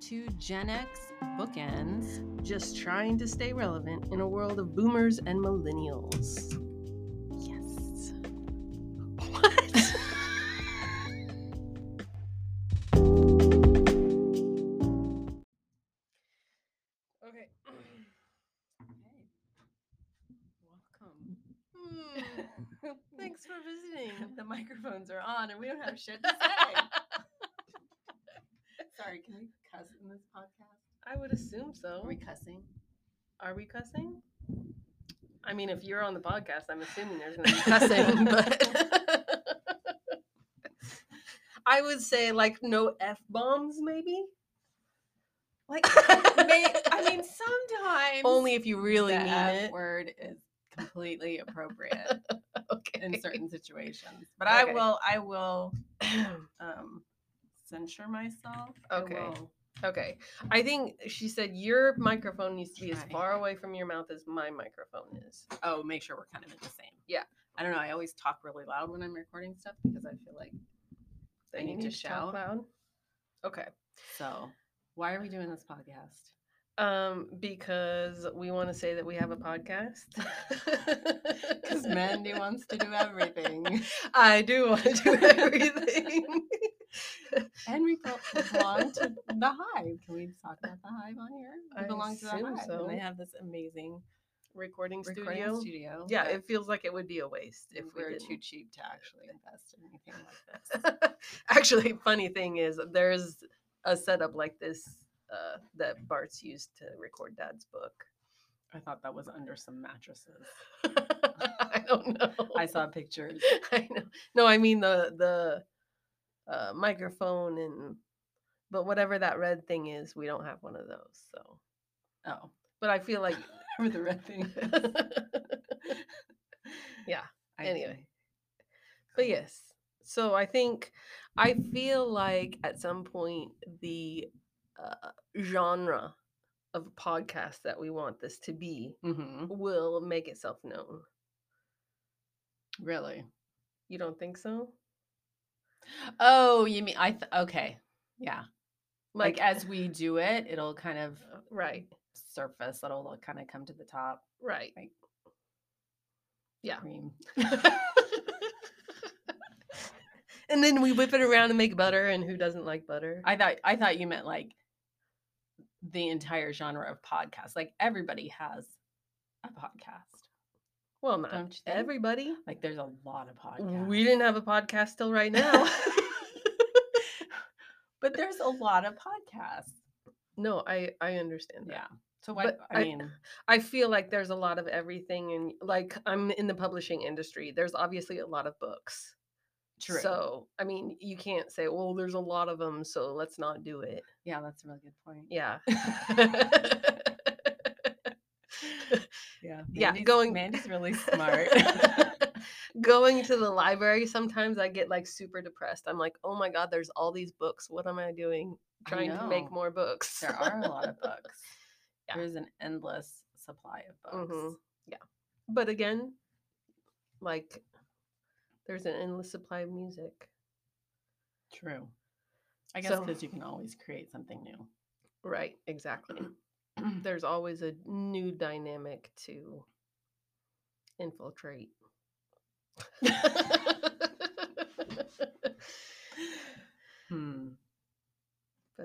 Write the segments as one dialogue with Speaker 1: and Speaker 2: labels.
Speaker 1: two Gen X bookends.
Speaker 2: Just trying to stay relevant in a world of boomers and millennials.
Speaker 1: Yes.
Speaker 2: Okay. Welcome. Hmm. Thanks for visiting. The microphones are on and we don't have shit to say.
Speaker 1: Sorry, can we cuss in this podcast?
Speaker 2: I would assume so.
Speaker 1: Are we cussing?
Speaker 2: Are we cussing? I mean, if you're on the podcast, I'm assuming there's going to be cussing, but I would say like no f bombs, maybe.
Speaker 1: Like, may, I mean, sometimes
Speaker 2: Only if you really
Speaker 1: the
Speaker 2: mean
Speaker 1: F
Speaker 2: it.
Speaker 1: word is completely appropriate
Speaker 2: Okay.
Speaker 1: in certain situations. But I
Speaker 2: Okay.
Speaker 1: will, I will um, censure myself. I
Speaker 2: Okay.
Speaker 1: will.
Speaker 2: okay. I think she said your microphone needs to be as
Speaker 1: Try.
Speaker 2: far away from your mouth as my microphone is.
Speaker 1: Oh, make sure we're kind of in the same.
Speaker 2: Yeah.
Speaker 1: I don't know. I always talk really loud when I'm recording stuff because I feel like I
Speaker 2: Then you
Speaker 1: need to
Speaker 2: talk
Speaker 1: shout.
Speaker 2: loud. Okay.
Speaker 1: so. Why are we doing this podcast?
Speaker 2: Um, because we want to say that we have a podcast.
Speaker 1: Because Mandy wants to do everything.
Speaker 2: I do want to do everything.
Speaker 1: And we bel- belong to the hive. Can we talk about the hive on here? We
Speaker 2: I
Speaker 1: belong to the
Speaker 2: assume
Speaker 1: hive.
Speaker 2: so.
Speaker 1: And they have this amazing
Speaker 2: Recording
Speaker 1: recording
Speaker 2: studio.
Speaker 1: studio.
Speaker 2: Yeah,
Speaker 1: that
Speaker 2: it feels like it would be a waste if we
Speaker 1: we're
Speaker 2: didn't.
Speaker 1: too cheap to actually invest in anything like this.
Speaker 2: Actually, funny thing is, there's a setup like this uh, that Bart's used to record Dad's book.
Speaker 1: I thought that was under some mattresses.
Speaker 2: I don't know.
Speaker 1: I saw pictures.
Speaker 2: I know. No, I mean the the uh, microphone and but whatever that red thing is, we don't have one of those. So,
Speaker 1: Oh,
Speaker 2: but I feel like
Speaker 1: for the red thing.
Speaker 2: Yeah,
Speaker 1: I
Speaker 2: anyway.
Speaker 1: see.
Speaker 2: But yes, so I think I feel like at some point the uh, genre of podcast that we want this to be
Speaker 1: Mhm.
Speaker 2: will make itself known.
Speaker 1: Really?
Speaker 2: You don't think so?
Speaker 1: Oh, you mean I? Th- okay. Yeah. Like,
Speaker 2: Like,
Speaker 1: uh, as we do it, it'll kind of
Speaker 2: right,
Speaker 1: surface. It'll kind of come to the top.
Speaker 2: right.
Speaker 1: Like-
Speaker 2: Yeah.
Speaker 1: Cream.
Speaker 2: and then we whip it around and make butter. And who doesn't like butter?
Speaker 1: I thought I thought you meant like the entire genre of podcasts. Like everybody has a podcast.
Speaker 2: well, not
Speaker 1: Don't you think?
Speaker 2: everybody.
Speaker 1: like there's a lot of podcasts.
Speaker 2: We didn't have a podcast till right now.
Speaker 1: but there's a lot of podcasts.
Speaker 2: no, I I understand that.
Speaker 1: Yeah. So why
Speaker 2: But
Speaker 1: I,
Speaker 2: I-
Speaker 1: mean
Speaker 2: I feel like there's a lot of everything and like I'm in the publishing industry. There's obviously a lot of books.
Speaker 1: true.
Speaker 2: So, I mean, you can't say, "Well, there's a lot of them, so let's not do it."
Speaker 1: yeah, that's a really good point.
Speaker 2: Yeah.
Speaker 1: Yeah.
Speaker 2: Yeah,
Speaker 1: Mandy's-
Speaker 2: going-
Speaker 1: Mandy's really smart.
Speaker 2: Going to the library sometimes I get like super depressed. I'm like, "Oh my god, there's all these books. What am I doing
Speaker 1: I
Speaker 2: trying to make
Speaker 1: know.
Speaker 2: more books?"
Speaker 1: there are a lot of books.
Speaker 2: Yeah.
Speaker 1: There's an endless supply of books.
Speaker 2: Mhm. But again, like there's an endless supply of music.
Speaker 1: True. I guess
Speaker 2: So-
Speaker 1: because you can always create something new.
Speaker 2: Right, exactly. there's always a new dynamic to infiltrate. but
Speaker 1: hmm.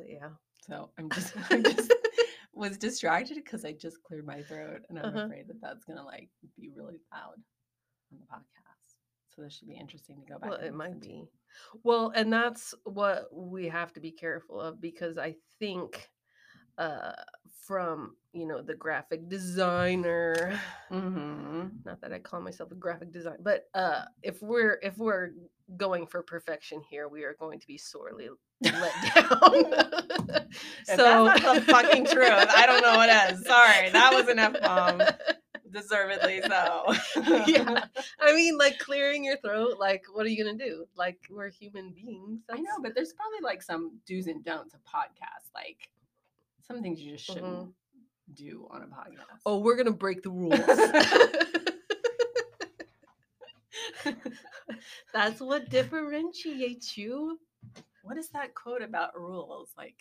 Speaker 2: yeah.
Speaker 1: So I'm just, I'm just was distracted because I just cleared my throat, and I'm
Speaker 2: Uh-huh.
Speaker 1: afraid that that's gonna like be really loud on the podcast. So this should be interesting to go back.
Speaker 2: Well,
Speaker 1: and
Speaker 2: it might
Speaker 1: listen to.
Speaker 2: be. Well, and that's what we have to be careful of because I think uh from, you know, the graphic designer
Speaker 1: Mhm.
Speaker 2: not that I call myself a graphic design, but uh, if we're if we're going for perfection here, we are going to be sorely let down.
Speaker 1: If that's not the fucking truth, I don't know what is. Sorry, that was an F-bomb. Deservedly so.
Speaker 2: yeah, I mean, like clearing your throat. Like, what are you gonna do? Like, we're human beings.
Speaker 1: I know, but there's probably like some do's and don'ts of podcasts, like some things you just
Speaker 2: Mhm.
Speaker 1: shouldn't do on a podcast.
Speaker 2: Oh, we're gonna break the rules. That's what differentiates you.
Speaker 1: what is that quote about rules? Like,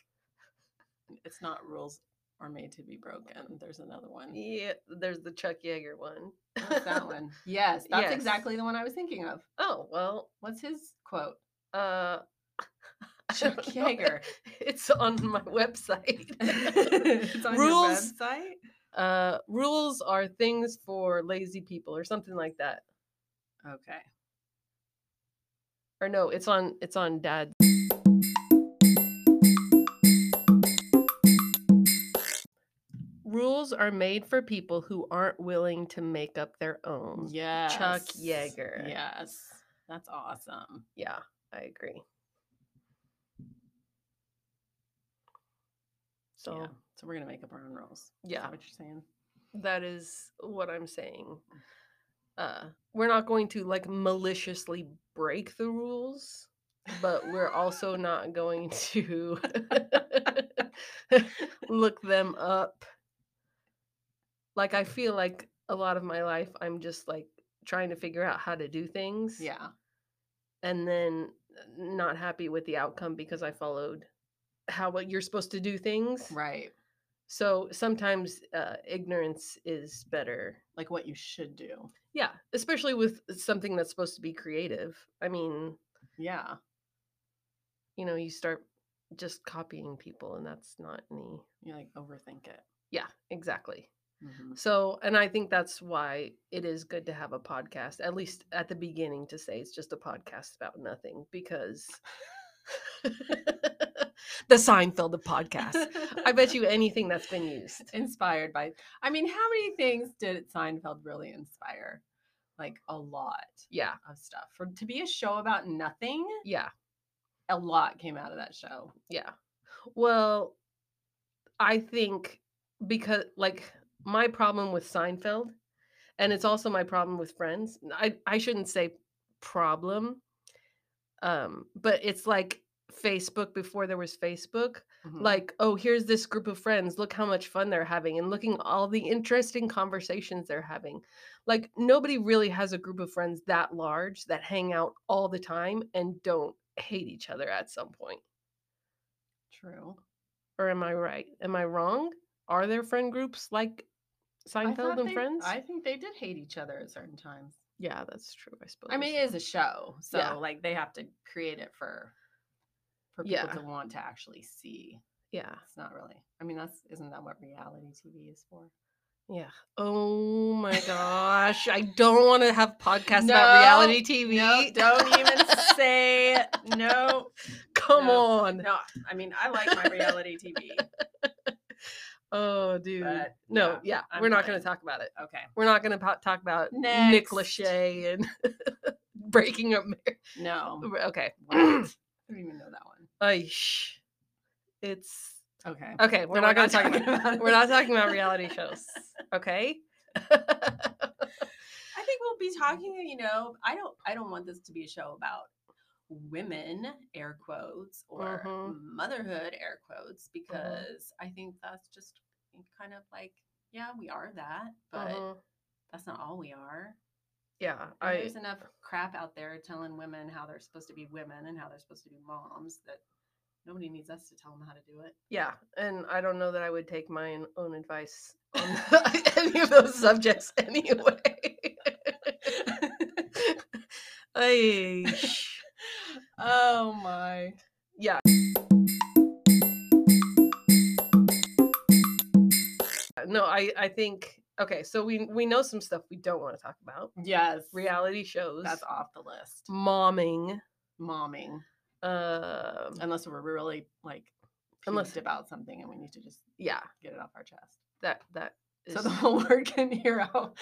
Speaker 1: It's not rules are made to be broken. There's another one.
Speaker 2: Yeah, there's the Chuck Yeager one.
Speaker 1: What's that one? Yes, that's
Speaker 2: Yes.
Speaker 1: exactly the one I was thinking of.
Speaker 2: Oh well,
Speaker 1: What's his quote?
Speaker 2: uh, I
Speaker 1: Chuck
Speaker 2: don't know.
Speaker 1: Yeager.
Speaker 2: It's on my website.
Speaker 1: it's on
Speaker 2: Rules-
Speaker 1: your website.
Speaker 2: uh, rules are things for lazy people, or something like that.
Speaker 1: Okay.
Speaker 2: Or no, it's on it's on Dad's. Rules are made for people who aren't willing to make up their own.
Speaker 1: Yeah.
Speaker 2: Yeager.
Speaker 1: Yes. That's awesome.
Speaker 2: Yeah, I agree. So
Speaker 1: yeah. So we're gonna make up our own rules. Is that
Speaker 2: yeah,
Speaker 1: what you're saying?
Speaker 2: that is what I'm saying. Uh, we're not going to like maliciously break the rules, but we're also not going to look them up. Like I feel like a lot of my life, I'm just like trying to figure out how to do things.
Speaker 1: Yeah.
Speaker 2: and then not happy with the outcome because I followed how what you're supposed to do things.
Speaker 1: Right.
Speaker 2: So sometimes uh, ignorance is better.
Speaker 1: Like what you should do.
Speaker 2: Yeah, especially with something that's supposed to be creative. I mean,
Speaker 1: Yeah.
Speaker 2: you know, you start just copying people, and that's not any.
Speaker 1: You like overthink it.
Speaker 2: Yeah, exactly.
Speaker 1: Mhm.
Speaker 2: So, and I think that's why it is good to have a podcast, at least at the beginning, to say it's just a podcast about nothing because the Seinfeld of podcasts. I bet you anything that's been used.
Speaker 1: inspired by I mean, how many things did Seinfeld really inspire? Like a lot
Speaker 2: Yeah,
Speaker 1: of stuff. For to be a show about nothing,
Speaker 2: yeah,
Speaker 1: a lot came out of that show.
Speaker 2: yeah. Well, I think because, like, my problem with Seinfeld, and it's also my problem with Friends, I, I shouldn't say problem, um, but it's like Facebook before there was Facebook.
Speaker 1: Mhm.
Speaker 2: like oh here's this group of friends look how much fun they're having and looking all the interesting conversations they're having like nobody really has a group of friends that large that hang out all the time and don't hate each other at some point
Speaker 1: true.
Speaker 2: or am i right am i wrong are there friend groups like
Speaker 1: I
Speaker 2: seinfeld
Speaker 1: thought
Speaker 2: and
Speaker 1: they-
Speaker 2: friends
Speaker 1: I think they did hate each other at certain times.
Speaker 2: yeah that's true i suppose
Speaker 1: I mean, it is a show, so
Speaker 2: Yeah.
Speaker 1: like they have to create it for for people
Speaker 2: Yeah.
Speaker 1: to want to actually see.
Speaker 2: yeah
Speaker 1: It's not really. I mean, that's isn't that what reality TV is for?
Speaker 2: yeah oh my gosh i don't want to have podcasts about reality tv
Speaker 1: e say no.
Speaker 2: come
Speaker 1: No.
Speaker 2: on
Speaker 1: No, I mean, I like my reality TV.
Speaker 2: Oh, dude.
Speaker 1: But,
Speaker 2: no,
Speaker 1: yeah,
Speaker 2: yeah,
Speaker 1: I'm
Speaker 2: we're not going
Speaker 1: fine.
Speaker 2: to talk about it.
Speaker 1: Okay,
Speaker 2: We're not going to po- talk about Nick
Speaker 1: Next.
Speaker 2: Lachey and breaking up. Mar-
Speaker 1: no,
Speaker 2: okay.
Speaker 1: what? I don't even know that one.
Speaker 2: Ay, sh- it's
Speaker 1: Okay,
Speaker 2: okay. We're
Speaker 1: No,
Speaker 2: not going to talk about.
Speaker 1: it.
Speaker 2: We're not talking about reality shows. Okay.
Speaker 1: I think we'll be talking, you know, I don't I don't want this to be a show about women, air quotes, or
Speaker 2: Mhm.
Speaker 1: motherhood, air quotes, because I think that's just kind of like, yeah, we are that, but
Speaker 2: Mhm.
Speaker 1: that's not all we are.
Speaker 2: Yeah,
Speaker 1: And
Speaker 2: I
Speaker 1: there's enough crap out there telling women how they're supposed to be women and how they're supposed to be moms that nobody needs us to tell them how to do it.
Speaker 2: yeah, and I don't know that I would take my own- own advice on any of those subjects anyway. Ay, sh-
Speaker 1: Oh my.
Speaker 2: yeah. Uh, No, I I think okay. So we we know some stuff we don't want to talk about.
Speaker 1: Yes.
Speaker 2: Reality shows,
Speaker 1: That's off the list.
Speaker 2: momming.
Speaker 1: Momming.
Speaker 2: Um,
Speaker 1: unless we're really like
Speaker 2: Unless-
Speaker 1: unless about something and we need to just
Speaker 2: yeah,
Speaker 1: get it off our chest
Speaker 2: that that is
Speaker 1: so the whole world can hear how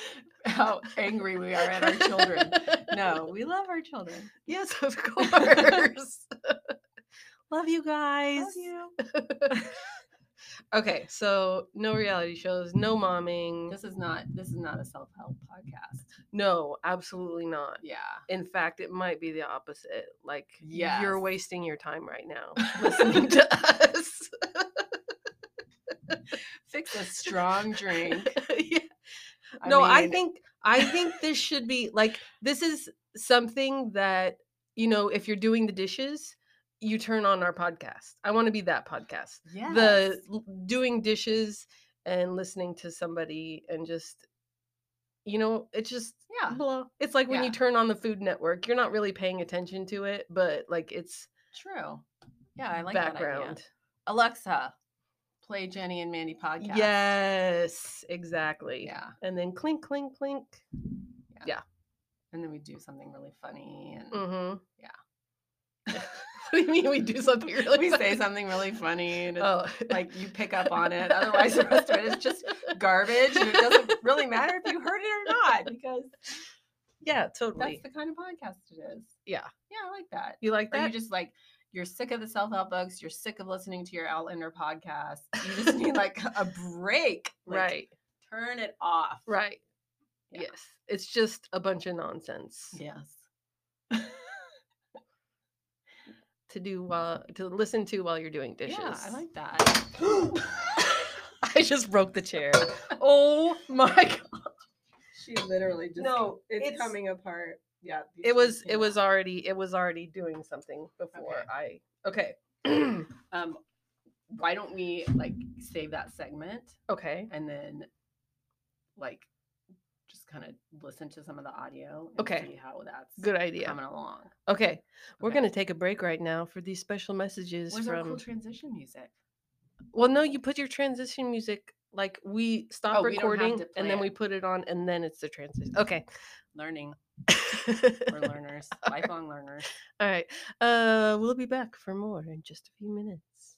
Speaker 1: how angry we are at our children no we love our children
Speaker 2: Yes, of course. Love you guys.
Speaker 1: Love you.
Speaker 2: Okay, so no reality shows, no momming.
Speaker 1: this is not this is not a self-help podcast
Speaker 2: No, absolutely not.
Speaker 1: yeah
Speaker 2: In fact, it might be the opposite. Like
Speaker 1: Yes.
Speaker 2: you're wasting your time right now listening to us.
Speaker 1: fix a strong drink
Speaker 2: Yeah. no, I
Speaker 1: mean,
Speaker 2: think I think this should be like this is something that you know if you're doing the dishes, you turn on our podcast. I want to be that podcast.
Speaker 1: Yeah.
Speaker 2: The l- doing dishes and listening to somebody and just you know, it's just
Speaker 1: yeah.
Speaker 2: blah. It's like when
Speaker 1: Yeah.
Speaker 2: you turn on the Food Network, you're not really paying attention to it, but like it's
Speaker 1: True. Yeah, I like that idea.
Speaker 2: background.
Speaker 1: Alexa, play Jenny and Mandy podcast.
Speaker 2: Yes, exactly.
Speaker 1: Yeah.
Speaker 2: And then clink, clink, clink.
Speaker 1: And then we do something really funny and
Speaker 2: Mm-hmm.
Speaker 1: Yeah.
Speaker 2: what do you mean we do something really?
Speaker 1: we say
Speaker 2: funny?
Speaker 1: something really funny and it's
Speaker 2: Oh,
Speaker 1: like you pick up on it. Otherwise the rest of it is just garbage. And it doesn't really matter if you heard it or not because
Speaker 2: yeah,
Speaker 1: that's
Speaker 2: totally.
Speaker 1: the kind of podcast it is.
Speaker 2: Yeah.
Speaker 1: Yeah, I like that.
Speaker 2: You like
Speaker 1: Or
Speaker 2: that?
Speaker 1: you just like you're sick of the self-help books, you're sick of listening to your Outlander podcast. You just need like a break. Like,
Speaker 2: right,
Speaker 1: Turn it off.
Speaker 2: right.
Speaker 1: Yeah.
Speaker 2: Yes, it's just a bunch of nonsense
Speaker 1: Yes.
Speaker 2: to do while to listen to while you're doing dishes.
Speaker 1: Mm-hmm. Yeah, I like that.
Speaker 2: I just broke the chair. oh my god!
Speaker 1: she literally just
Speaker 2: No, it's-
Speaker 1: apart. Yeah,
Speaker 2: It was it was already it was already doing something before I. Okay.
Speaker 1: Um, why don't we like save that segment
Speaker 2: okay.
Speaker 1: and then like just kind of listen to some of the audio? and
Speaker 2: Okay.
Speaker 1: see how that's
Speaker 2: Good idea.
Speaker 1: coming along.
Speaker 2: Okay, we're
Speaker 1: Okay.
Speaker 2: gonna take a break right now for these special messages
Speaker 1: Where's our
Speaker 2: from.
Speaker 1: cool transition music?
Speaker 2: well, no, you put your transition music like we stop
Speaker 1: Oh, we don't have
Speaker 2: recording
Speaker 1: to play
Speaker 2: and then
Speaker 1: it.
Speaker 2: we put it on and then it's the transition. Okay.
Speaker 1: Learning. We're learners, lifelong learners.
Speaker 2: All right. Uh, we'll be back for more in just a few minutes.